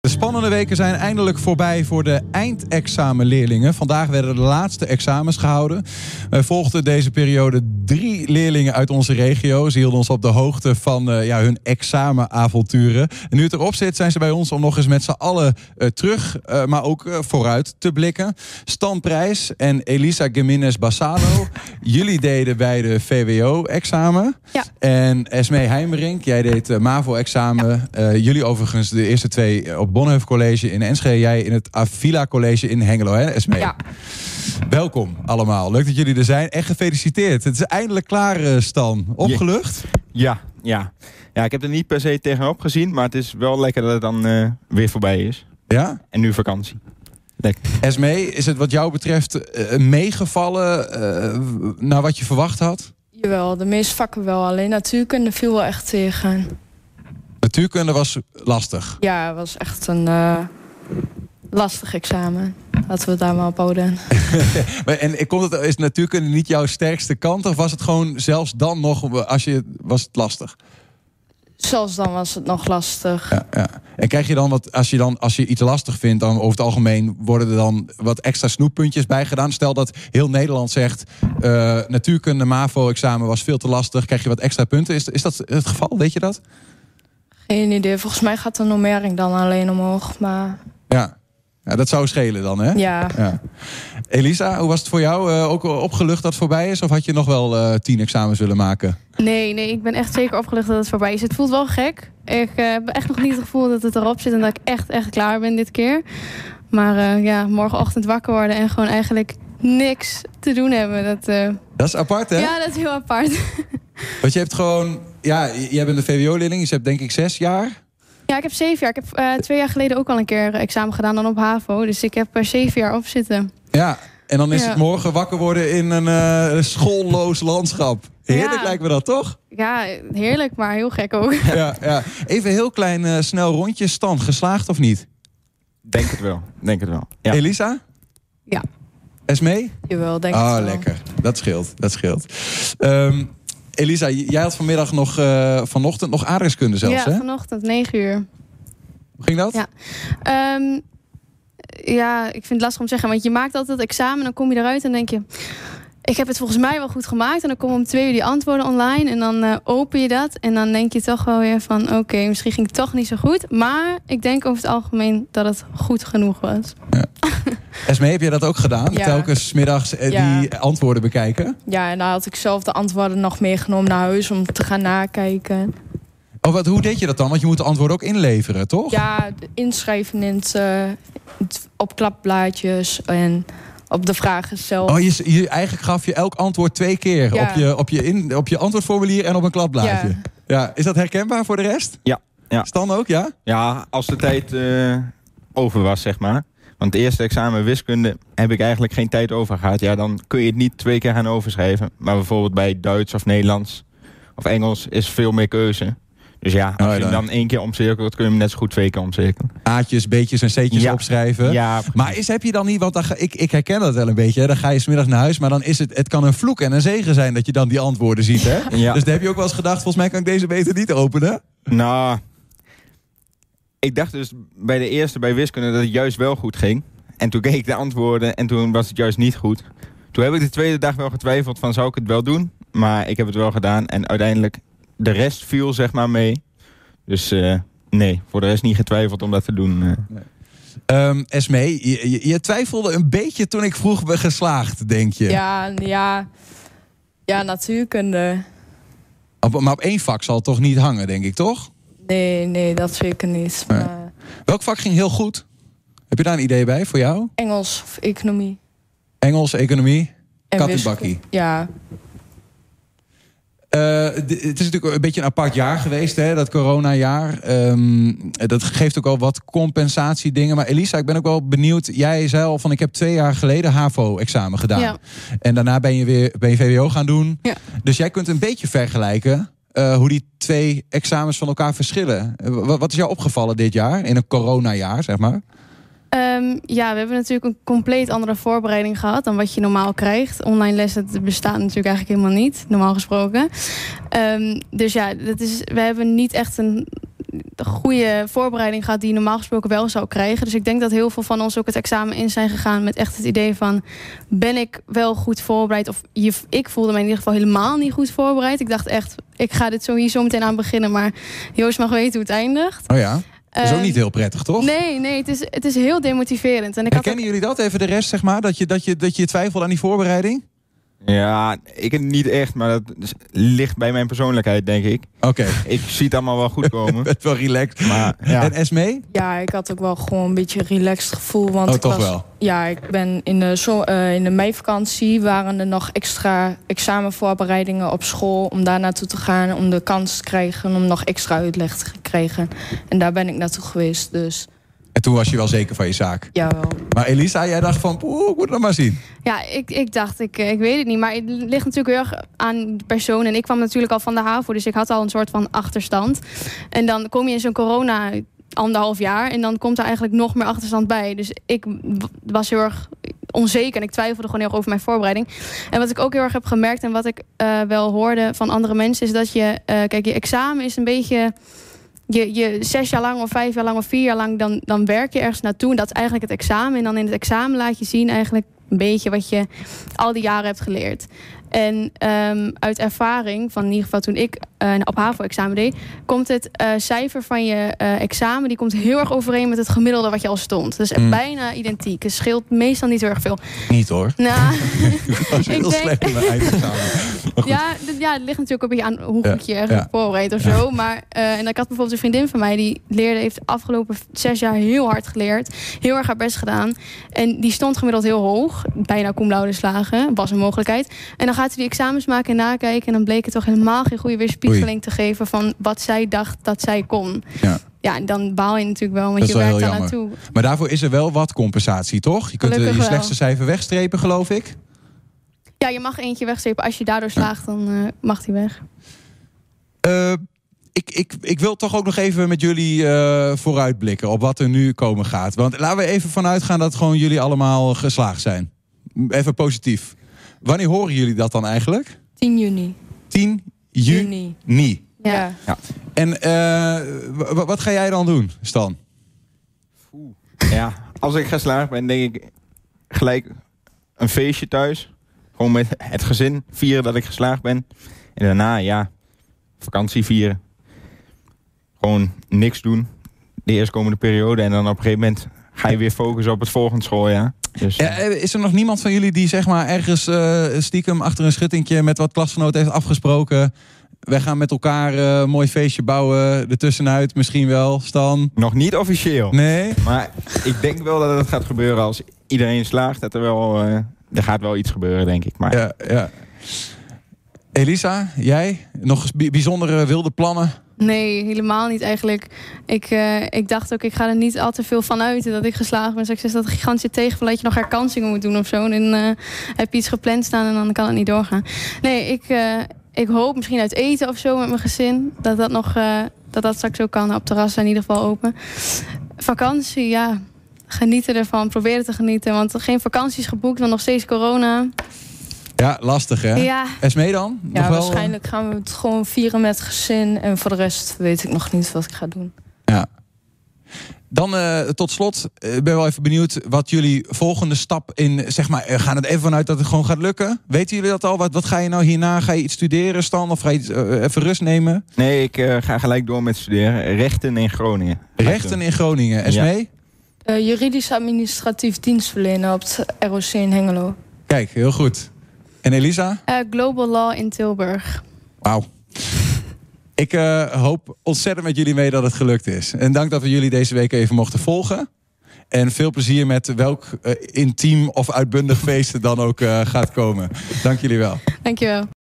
De spannende weken zijn eindelijk voorbij voor de eindexamenleerlingen. Vandaag werden de laatste examens gehouden. Wij volgden deze periode drie leerlingen uit onze regio. Ze hielden ons op de hoogte van eh, ja, hun examenavonturen. En nu het erop zit, zijn ze bij ons om nog eens met z'n allen eh, terug, eh, maar ook eh, vooruit te blikken. Stan Prijs en Elisa Gimenez Bassano. Jullie deden bij de VWO-examen. Ja. En Esme Heimerink, jij deed eh, MAVO-examen. Eh, jullie overigens de eerste twee eh, op Bonhoeff College in Enschede. Jij in het Avila College in Hengelo, hè Esme? Ja. Welkom allemaal. Leuk dat jullie er zijn. En gefeliciteerd. Het is eindelijk klaar, eh, Stan. Opgelucht? Ja, ja. Ja, ik heb er niet per se tegenop gezien, maar het is wel lekker dat het dan eh, weer voorbij is. Ja? En nu vakantie. Lekker. Esme, is het wat jou betreft eh, meegevallen eh, naar wat je verwacht had? Jawel, de meeste vakken wel. Alleen natuurkunde viel wel echt tegen. Natuurkunde was lastig. Ja, het was echt een eh, lastig examen. Laten we het daar maar op houden. Maar, en eh, komt het, is natuurkunde niet jouw sterkste kant? Of was het gewoon zelfs dan nog, eh, als je, was het lastig? Zelfs dan was het nog lastig. Ja, ja. En krijg je dan wat, als je dan, als je iets lastig vindt, dan over het algemeen worden er dan wat extra snoeppuntjes bij gedaan. Stel dat heel Nederland zegt, eh, natuurkunde, MAVO-examen was veel te lastig, krijg je wat extra punten. Is, is dat het geval? Weet je dat? Geen idee. Volgens mij gaat de normering dan alleen omhoog. Maar Ja. ja dat zou schelen dan, hè? ja, Ja. Elisa, hoe was het voor jou? Eh, ook opgelucht dat het voorbij is? Of had je nog wel eh, tien examens willen maken? Nee, nee, ik ben echt zeker opgelucht dat het voorbij is. Het voelt wel gek. Ik eh, heb echt nog niet het gevoel dat het erop zit en dat ik echt, echt klaar ben dit keer. Maar eh, ja, morgenochtend wakker worden en gewoon eigenlijk niks te doen hebben. Dat, eh, Dat is apart, hè? ja, dat is heel apart. Want je hebt gewoon... Ja, j- jij bent een VWO-leerling. dus Je hebt denk ik zes jaar. Ja, ik heb zeven jaar. Ik heb eh, twee jaar geleden ook al een keer eh, examen gedaan dan op HAVO. Dus ik heb er zeven jaar op zitten. Ja. En dan is Ja. het morgen wakker worden in een eh, schoolloos landschap. Heerlijk Ja. lijkt me dat, toch? Ja, heerlijk, maar heel gek ook. Ja, ja. Even heel klein, eh, snel rondje. Stan, geslaagd of niet? Denk het wel. Denk het wel. Ja. Elisa? Ja. Esmee? jawel, denk ik Ah, wel. lekker. Dat scheelt. Dat scheelt. Ehm, Elisa, j- jij had vanmiddag nog, eh, vanochtend nog aardrijkskunde zelfs, ja, hè? vanochtend, negen uur. Hoe ging dat? Ja. Ehm, ja, ik vind het lastig om te zeggen. Want je maakt altijd dat examen, dan kom je eruit en denk je... Ik heb het volgens mij wel goed gemaakt. En dan komen om twee uur die antwoorden online. En dan eh, open je dat. En dan denk je toch wel weer van... Oké, misschien ging het toch niet zo goed. Maar ik denk over het algemeen dat het goed genoeg was. Esmee, heb jij dat ook gedaan? Ja. Telkens 's middags eh, Ja. die antwoorden bekijken? Ja, en daar had ik zelf de antwoorden nog meegenomen naar huis om te gaan nakijken. Oh, wat, hoe deed je dat dan? Want je moet de antwoorden ook inleveren, toch? Ja, de- inschrijven in het, eh, het- op klapblaadjes en op de vragen zelf. Oh, je, je, eigenlijk gaf je elk antwoord twee keer Ja. op, je, op, je in, op je antwoordformulier en op een klapblaadje. Ja. Ja. is dat herkenbaar voor de rest? Ja, ja. Stan ook, ja? ja, als de tijd eh, over was, zeg maar. Want het eerste examen wiskunde heb ik eigenlijk geen tijd over gehad. Ja, dan kun je het niet twee keer gaan overschrijven. Maar bijvoorbeeld bij Duits of Nederlands of Engels is veel meer keuze. Dus ja, als ja, je hem dan- dan één keer omcirkelt, kun je hem net zo goed twee keer omcirkelen. A'tjes, B'tjes en C'tjes Ja. opschrijven. Ja, Maar is, heb je dan niet, want dan ga, ik, ik herken dat wel een beetje. hè. Dan ga je smiddags naar huis, maar dan is het, het kan een vloek en een zegen zijn dat je dan die antwoorden ziet. Hè? ja. Dus daar heb je ook wel eens gedacht, volgens mij kan ik deze beter niet openen. Nou, ik dacht dus bij de eerste, bij wiskunde, dat het juist wel goed ging. En toen keek ik de antwoorden en toen was het juist niet goed. Toen heb ik de tweede dag wel getwijfeld van zou ik het wel doen. Maar ik heb het wel gedaan en uiteindelijk de rest viel zeg maar mee. Dus eh, nee, voor de rest niet getwijfeld om dat te doen. eh. Ehm Esmee, je, je- je twijfelde een beetje toen ik vroeg ben geslaagd, denk je. Ja, ja, ja, natuurkunde. Op- maar op één vak zal het toch niet hangen, denk ik, toch? Nee, nee, dat zeker niet. Nee. Maar Welk vak ging heel goed? Heb je daar een idee bij voor jou? Engels of economie. Engels, economie? En Kat en wiskunde. bakkie. Ja, Eh, d- het is natuurlijk een beetje een apart jaar geweest, hè, dat coronajaar. Ehm, dat geeft ook al wat compensatiedingen. Maar Elisa, ik ben ook wel benieuwd. Jij zei al van ik heb twee jaar geleden HAVO-examen gedaan. Ja. En daarna ben je weer ben je VWO gaan doen. Ja. Dus jij kunt een beetje vergelijken eh, hoe die twee examens van elkaar verschillen. Eh, wa- wat is jou opgevallen dit jaar, in een coronajaar, zeg maar? Ehm, ja, we hebben natuurlijk een compleet andere voorbereiding gehad dan wat je normaal krijgt. Online les, dat bestaat natuurlijk eigenlijk helemaal niet, normaal gesproken. Ehm, dus ja, dat is, we hebben niet echt een de goede voorbereiding gehad die je normaal gesproken wel zou krijgen. Dus ik denk dat heel veel van ons ook het examen in zijn gegaan met echt het idee van ben ik wel goed voorbereid? Of je, ik voelde me in ieder geval helemaal niet goed voorbereid. Ik dacht echt, ik ga dit zo hier zo meteen aan beginnen, maar Joost mag weten hoe het eindigt. Oh ja, dat is ook Ehm, niet heel prettig, toch? Nee, nee, het is, het is heel demotiverend. En ik had ook- Herkennen jullie dat, even de rest, zeg maar? Dat je, dat je, dat je twijfelt aan die voorbereiding? Ja, ik niet echt, maar dat is- ligt bij mijn persoonlijkheid, denk ik. Oké, Ik zie het allemaal wel goed komen. best wel relaxed. maar ja. En Esmee? Ja, ik had ook wel gewoon een beetje een relaxed gevoel. Want Oh, ik toch was- wel. Ja, ik ben in de, zo, eh, in de meivakantie waren er nog extra examenvoorbereidingen op school om daar naartoe te gaan, om de kans te krijgen om nog extra uitleg te krijgen. En daar ben ik naartoe geweest, dus En toen was je wel zeker van je zaak. jawel. Maar Elisa, jij dacht van, poeh, ik moet nog maar zien. Ja, ik, ik dacht, ik, eh, ik weet het niet. Maar het ligt natuurlijk heel erg aan de persoon. En ik kwam natuurlijk al van de HAVO, dus ik had al een soort van achterstand. En dan kom je in zo'n corona anderhalf jaar en dan komt er eigenlijk nog meer achterstand bij. Dus ik w- was heel erg onzeker en ik twijfelde gewoon heel erg over mijn voorbereiding. En wat ik ook heel erg heb gemerkt en wat ik eh, wel hoorde van andere mensen... is dat je, eh, kijk, je examen is een beetje... Je, je zes jaar lang of vijf jaar lang of vier jaar lang, dan, dan werk je ergens naartoe. En dat is eigenlijk het examen. En dan in het examen laat je zien eigenlijk een beetje wat je al die jaren hebt geleerd. En ehm, uit ervaring, van in ieder geval toen ik eh, een op HAVO-examen deed... komt het eh, cijfer van je eh, examen, die komt heel erg overeen met het gemiddelde wat je al stond. Dus Mm. bijna identiek. Het scheelt meestal niet heel erg veel. Niet hoor. Nou, Ik was heel denk- slecht in mijn eindexamen. ja, d- ja, het ligt natuurlijk ook een beetje aan hoe Ja, goed je ergens ja. voorbereidt of zo. Maar eh, en ik had bijvoorbeeld een vriendin van mij die leerde, heeft de afgelopen zes jaar heel hard geleerd. Heel erg haar best gedaan. En die stond gemiddeld heel hoog. Bijna cum laude slagen, was een mogelijkheid. En dan gaat ze die examens maken en nakijken. En dan bleek het toch helemaal geen goede weerspiegeling te geven van wat zij dacht dat zij kon. Ja. Ja, en dan baal je natuurlijk wel, want Dat je is wel werkt heel daar jammer. naartoe. Maar daarvoor is er wel wat compensatie, toch? Je kunt eh, Gelukkig je wel. slechtste cijfer wegstrepen, geloof ik. Ja, je mag eentje wegstrepen. Als je daardoor slaagt, dan eh, mag die weg. Eh, ik, ik, ik wil toch ook nog even met jullie eh, vooruitblikken op wat er nu komen gaat. Want laten we even vanuit gaan dat gewoon jullie allemaal geslaagd zijn. Even positief. Wanneer horen jullie dat dan eigenlijk? 10 juni. 10 juni. Juni. Ja. ja. En eh, w- w- wat ga jij dan doen, Stan? ja, als ik geslaagd ben, denk ik gelijk een feestje thuis. Gewoon met het gezin vieren dat ik geslaagd ben. En daarna, ja, vakantie vieren. Gewoon niks doen. De eerstkomende periode. En dan op een gegeven moment ga je weer focussen op het volgende schooljaar. Dus, Ja, eh, is er nog niemand van jullie die zeg maar ergens eh, stiekem achter een schuttingje met wat klasgenoten heeft afgesproken? Wij gaan met elkaar eh, een mooi feestje bouwen, ertussenuit misschien wel, Stan. Nog niet officieel. Nee? Maar ik denk wel dat het gaat gebeuren als iedereen slaagt. Dat er wel, eh, er gaat wel iets gebeuren, denk ik. Maar Ja, ja. Elisa, jij? Nog eens bi- bijzondere wilde plannen? Nee, helemaal niet eigenlijk. Ik, eh, ik dacht ook, ik ga er niet al te veel van uit dat ik geslaagd ben. Dus ik zeg dat gigantische tegenval dat je nog herkansingen moet doen of zo. En dan eh, heb je iets gepland staan en dan kan het niet doorgaan. Nee, ik, eh, ik hoop misschien uit eten of zo met mijn gezin. Dat dat, nog, eh, dat, dat straks ook kan. Op terrassen in ieder geval open. Vakantie, ja. Genieten ervan. Proberen te genieten. Want geen vakantie is geboekt, want nog steeds corona. Ja, lastig hè? Ja, Esmee dan? Nog Ja, wel? eh, waarschijnlijk gaan we het gewoon vieren met gezin. En voor de rest weet ik nog niet wat ik ga doen. Dan eh, tot slot, eh, ik ben wel even benieuwd wat jullie volgende stap in, zeg maar, eh, gaan het even vanuit dat het gewoon gaat lukken? Weten jullie dat al? Wat, wat ga je nou hierna? Ga je iets studeren, Stan? Of ga je iets, eh, even rust nemen? nee, ik eh, ga gelijk door met studeren. Rechten in Groningen. Rechten in Groningen, Esmee? Eh, juridisch administratief dienstverlenen op het ROC in Hengelo. Kijk, heel goed. En Elisa? eh, Global Law in Tilburg. Wauw. Ik eh, hoop ontzettend met jullie mee dat het gelukt is. En dank dat we jullie deze week even mochten volgen. En veel plezier met welk eh, intiem of uitbundig feest er dan ook eh, gaat komen. Dank jullie wel. Dankjewel.